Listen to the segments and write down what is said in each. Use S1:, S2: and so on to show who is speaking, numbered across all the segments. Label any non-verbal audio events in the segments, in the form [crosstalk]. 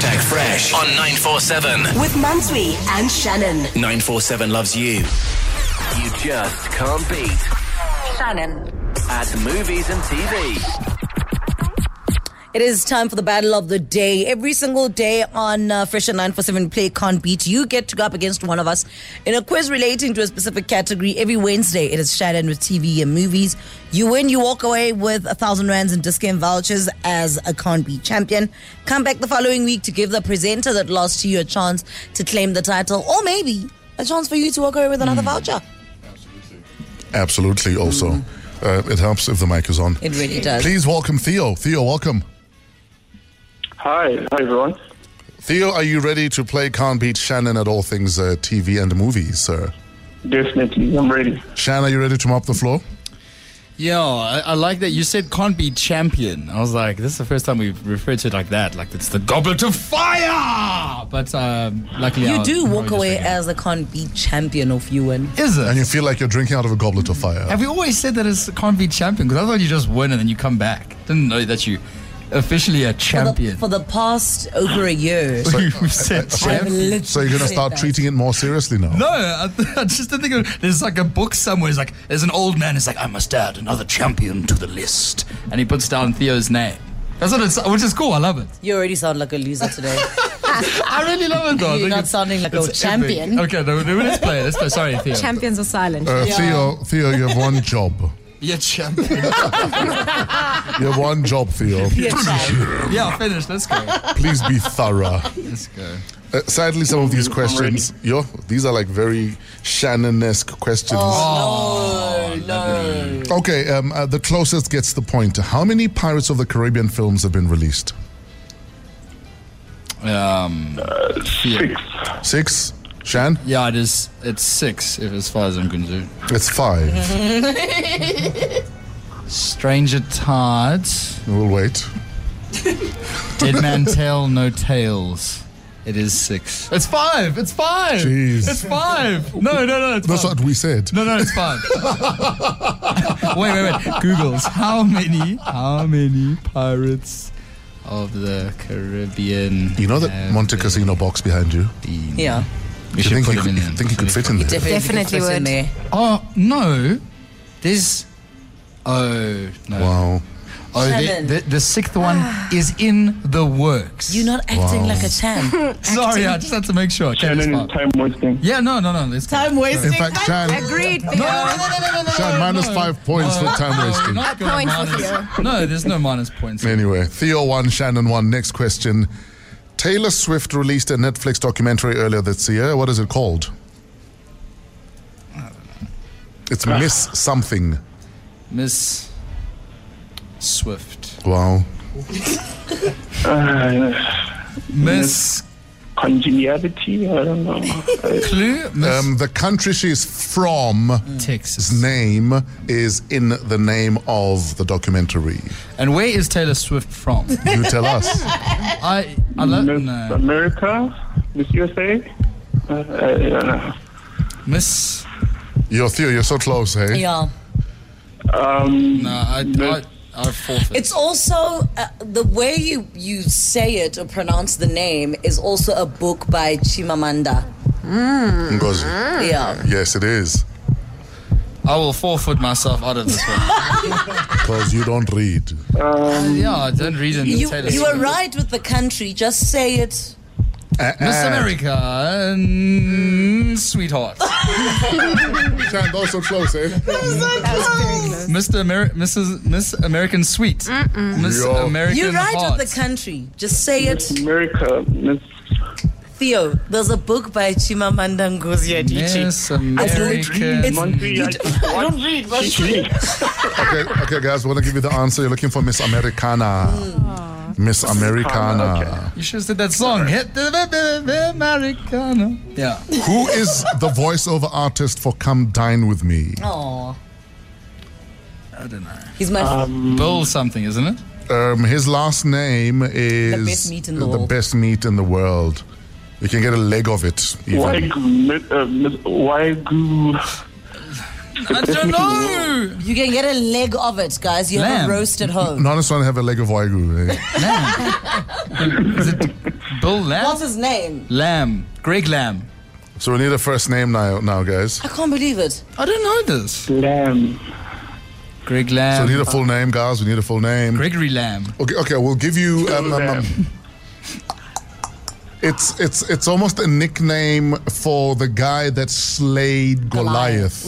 S1: Fresh on 947.
S2: With Mansui and Shannon.
S1: 947 loves you. You just can't beat.
S2: Shannon.
S1: At movies and TV.
S3: It is time for the battle of the day. Every single day on uh, Fresh and 947 Play Can't Beat, you get to go up against one of us in a quiz relating to a specific category. Every Wednesday, it is Shannon with TV and movies. You win, you walk away with a thousand rands in discount vouchers as a Can't Beat champion. Come back the following week to give the presenter that lost to you a chance to claim the title, or maybe a chance for you to walk away with another voucher.
S4: Absolutely. Also, uh, it helps if the mic is on.
S3: Mm. It really does.
S4: Please welcome Theo. Theo, welcome.
S5: Hi, hi everyone.
S4: Theo, are you ready to play Can't Beat Shannon at all things uh, TV and movies, sir?
S5: Definitely, I'm ready.
S4: Shannon, are you ready to mop the floor?
S6: Yo, I, I like that you said can't be champion. I was like, this is the first time we've referred to it like that. Like it's the goblet of fire. But um, luckily,
S3: You
S6: I'll
S3: do
S6: probably
S3: walk
S6: just
S3: away
S6: bring it.
S3: as a Can't Beat champion if you win.
S6: Is it?
S4: And you feel like you're drinking out of a goblet of fire.
S6: Have we always said that it's can't be champion? Because I thought you just win and then you come back. Didn't know that you officially a
S3: For
S6: champion.
S3: the, for the past over a year.
S6: [laughs]
S3: [laughs]
S6: You've said champion.
S4: so you're going to start treating it more seriously now?
S6: No, I, I just didn't think of There's like a book somewhere. It's like, there's an old man. It's like, I must add another champion to the list. And he puts down Theo's name. That's what it's, which is cool. I love it.
S3: You already sound like a loser today.
S6: I really love it though. I
S3: You're
S6: think
S3: not
S6: it's-
S3: sounding like a
S6: it's
S3: champion.
S6: epic. Okay, no, no, let's play. Let's play. Sorry, Theo.
S7: [laughs] Champions are silent.
S4: Uh, Theo, Theo, you have one job.
S6: Yeah, champion.
S4: You have one job, Theo.
S6: yeah, finish. Let's go.
S4: Please be thorough.
S6: Let's go.
S4: Uh, sadly, some of these questions, yo, these are like very Shannon-esque questions.
S6: Oh,
S4: Okay, um, uh, the closest gets the point. How many Pirates of the Caribbean films have been released?
S6: Um, Theo.
S4: Six. Shan,
S6: Yeah, it is. It's six, if as far as I'm concerned.
S4: it's five.
S6: [laughs] Stranger Tides,
S4: We'll wait.
S6: Dead [laughs] Man Tell No Tales. It is six. It's five. It's five.
S4: Jeez.
S6: It's five. No, no, no. It's
S4: That's
S6: five.
S4: what we said.
S6: No, no, it's fine. [laughs] wait, wait, wait. Google's how many, how many pirates of the Caribbean?
S4: You know that
S6: have
S4: Monte
S6: been?
S4: Casino box behind you?
S3: Yeah.
S6: We
S4: You
S6: should
S4: think
S6: put
S4: you
S6: him in
S4: could,
S6: there.
S4: you think you could fit in there?
S7: Definitely
S3: could fit in
S7: would.
S3: there.
S6: Oh no, there's. Oh no!
S4: Wow.
S6: Oh,
S3: Shannon.
S6: the, the, the sixth one
S7: Ah.
S6: is in the works.
S3: You're not acting
S4: Wow.
S3: like a champ.
S6: Sorry, I just had to make sure. Okay, that's
S5: Shannon
S6: fine.
S5: is time wasting.
S6: Yeah, no, no, no. Let's go.
S7: Time
S4: In
S7: wasting.
S4: fact, Shan,
S7: Agreed, Theo.
S4: Shan minus five points for time wasting.
S6: Not
S7: A point for
S6: for No, there's no minus points.
S4: Anyway, Theo one, Shannon one. Next question. Taylor Swift released a Netflix documentary earlier this year. What is it called? It's Miss Something.
S6: Miss Swift.
S4: Wow.
S5: Ah,
S6: Miss
S5: Congeniality? I don't
S6: Uh,
S5: know.
S6: Clue. Miss
S4: Um, the country she is from,
S6: Texas.
S4: his name is in the name of the documentary.
S6: And where is Taylor Swift
S4: [laughs]
S6: from?
S4: You tell us.
S6: I I love
S5: Miss
S6: no.
S5: America? Miss USA? Uh, I don't know.
S6: Miss.
S4: Yo, Theo, you're so close, hey?
S3: yeah.
S5: Um,
S6: No, I I,
S5: Miss-
S6: I forfeit.
S3: It's also uh, the way you, you say it or pronounce the name is also a book by Chimamanda.
S4: Ngozi.
S3: Yeah.
S4: Yes, it is.
S6: I will forfeit myself out of this
S3: [laughs]
S6: one.
S4: Because you don't read.
S6: yeah, I don't read in
S3: You,
S6: Taylor
S3: you
S6: Swift.
S3: are right with the country. Just say it.
S6: Miss
S4: Uh-uh. Ah.
S6: America, mm, sweetheart.
S3: [laughs]
S4: Shan, those so close, eh?
S6: Mr. Ameri- Mrs. Miss American Sweet. Miss
S4: Yo.
S6: American
S3: You're right
S6: Heart.
S3: with the country. Just say it.
S5: America? Miss.
S3: Theo, there's a book by Chimamanda Ngozi Adichie.
S6: Miss American.
S5: Monty, I don't read. [laughs]
S4: Okay, okay, guys, want to give you the answer. You're looking for Miss Americana.
S3: Hmm.
S4: Miss Americana.
S6: You should have said that song. Hit the Americano. Yeah.
S4: Who is the voiceover artist for Come Dine With Me?
S3: Aw.
S6: I don't know.
S3: He's my
S6: Bill something, isn't it?
S4: Um, his last name is
S3: best meat in the
S4: the
S3: world.
S4: best meat in the world. You can get a leg of it. Even.
S5: Waigu. uh, Miss Waigu.
S6: I don't know.
S3: You can get a leg of it, guys. You have
S4: [laughs]
S6: Lamb.
S3: a roast at home.
S4: Not just want to have a leg of wagyu. eh?
S6: [laughs] Is it Bill Bill Lamb?
S3: What's his name?
S6: Lamb. Greg Lamb.
S4: So we need a first name now, now guys.
S3: I can't believe it.
S6: I don't know this.
S5: Lamb.
S6: Greg
S4: So
S6: Lamb.
S4: we need a full name, guys. We need a full name.
S6: Gregory Lamb.
S4: Okay, okay. We'll give you. Um, um, um, it's it's it's almost a nickname for the guy that slayed Goliath.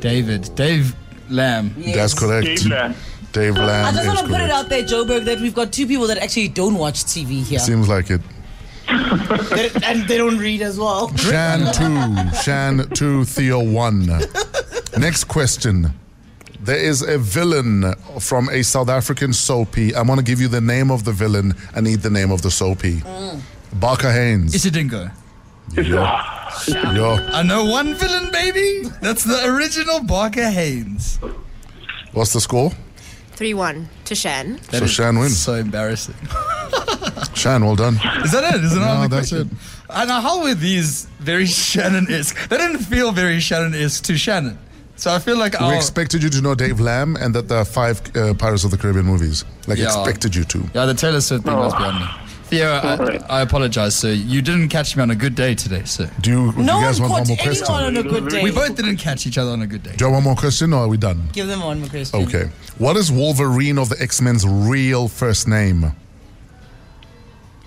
S6: David. Dave Lamb.
S4: That's correct.
S5: Dave Lamb.
S4: Dave Lamb
S3: I just
S4: is
S3: want to put it
S4: correct.
S3: out there, Joburg, that we've got two people that actually don't watch TV here.
S4: Seems like it.
S3: They- and they don't read as well.
S4: Shan 2, Shan 2, Theo 1. Next question. There is a villain from a South African soapy. I'm going to give you the name of the villain. I need the name of the soapy.
S3: Mm.
S4: Barker Haynes.
S6: Isidingo.
S4: Yo. Yo.
S6: I know one villain, baby. That's the original Barker Haynes.
S4: What's the score?
S7: 3 1 to Shan.
S6: That
S4: So
S6: is
S4: Shan wins.
S6: So embarrassing.
S4: Shan, well done.
S6: Is that it? Is it
S4: No,
S6: not the
S4: that's
S6: question? And how were these very [laughs] Shannon-esque? They didn't feel very Shannon-esque to Shannon. So I feel like
S4: We
S6: our-
S4: expected you to know Dave Lamb and that there are five uh, Pirates of the Caribbean movies. Like,
S6: Yeah.
S4: expected you to.
S6: Yeah, the Taylor Swift thing
S3: Oh.
S6: was beyond me. Theo, I,
S5: Alright.
S6: I apologize, sir. You didn't catch me on a good day today, sir.
S4: Do you, do you
S3: No one
S4: guys want one
S3: caught
S4: more
S3: anyone
S4: question?
S3: on a good day.
S6: We both didn't catch each other on a good day.
S4: Do you want one more question or are we done?
S3: Give them one more question.
S4: Okay. What is Wolverine of the X Men's real first name?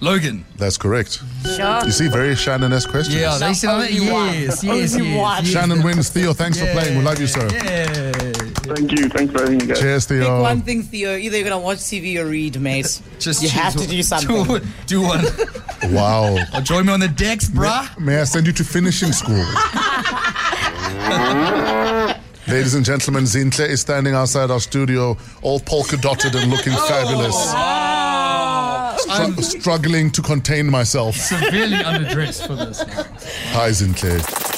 S6: Logan.
S4: That's correct.
S7: Sure.
S4: You see, very Shannon esque questions.
S6: Yeah, they said "Oh,
S3: only one.
S6: yes, yes, yes,
S3: Only one.
S6: yes.
S4: Shannon wins. Theo, thanks for playing. We love you, sir.
S6: Yeah.
S5: Thank you. Thanks for having me, guys.
S4: Cheers,
S3: Pick
S4: Theo.
S3: one thing, Theo. Either you're going to watch TV or read, mate. you
S6: choose
S3: have to
S6: one.
S3: do something.
S6: [laughs] Do, do one.
S4: Wow.
S6: Oh, join me on the decks, bruh.
S4: May I send you to finishing school? Ladies and gentlemen, Zintle is standing outside our studio, all polka dotted and looking fabulous. Stru- struggling to contain myself.
S6: Severely underdressed for this.
S4: Hi, Zintle.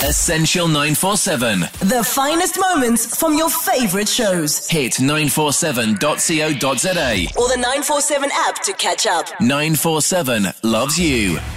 S1: Essential 947.
S2: The finest moments from your favorite shows.
S1: Hit 947.co.za.
S2: Or the 947 app to catch up.
S1: 947 loves you.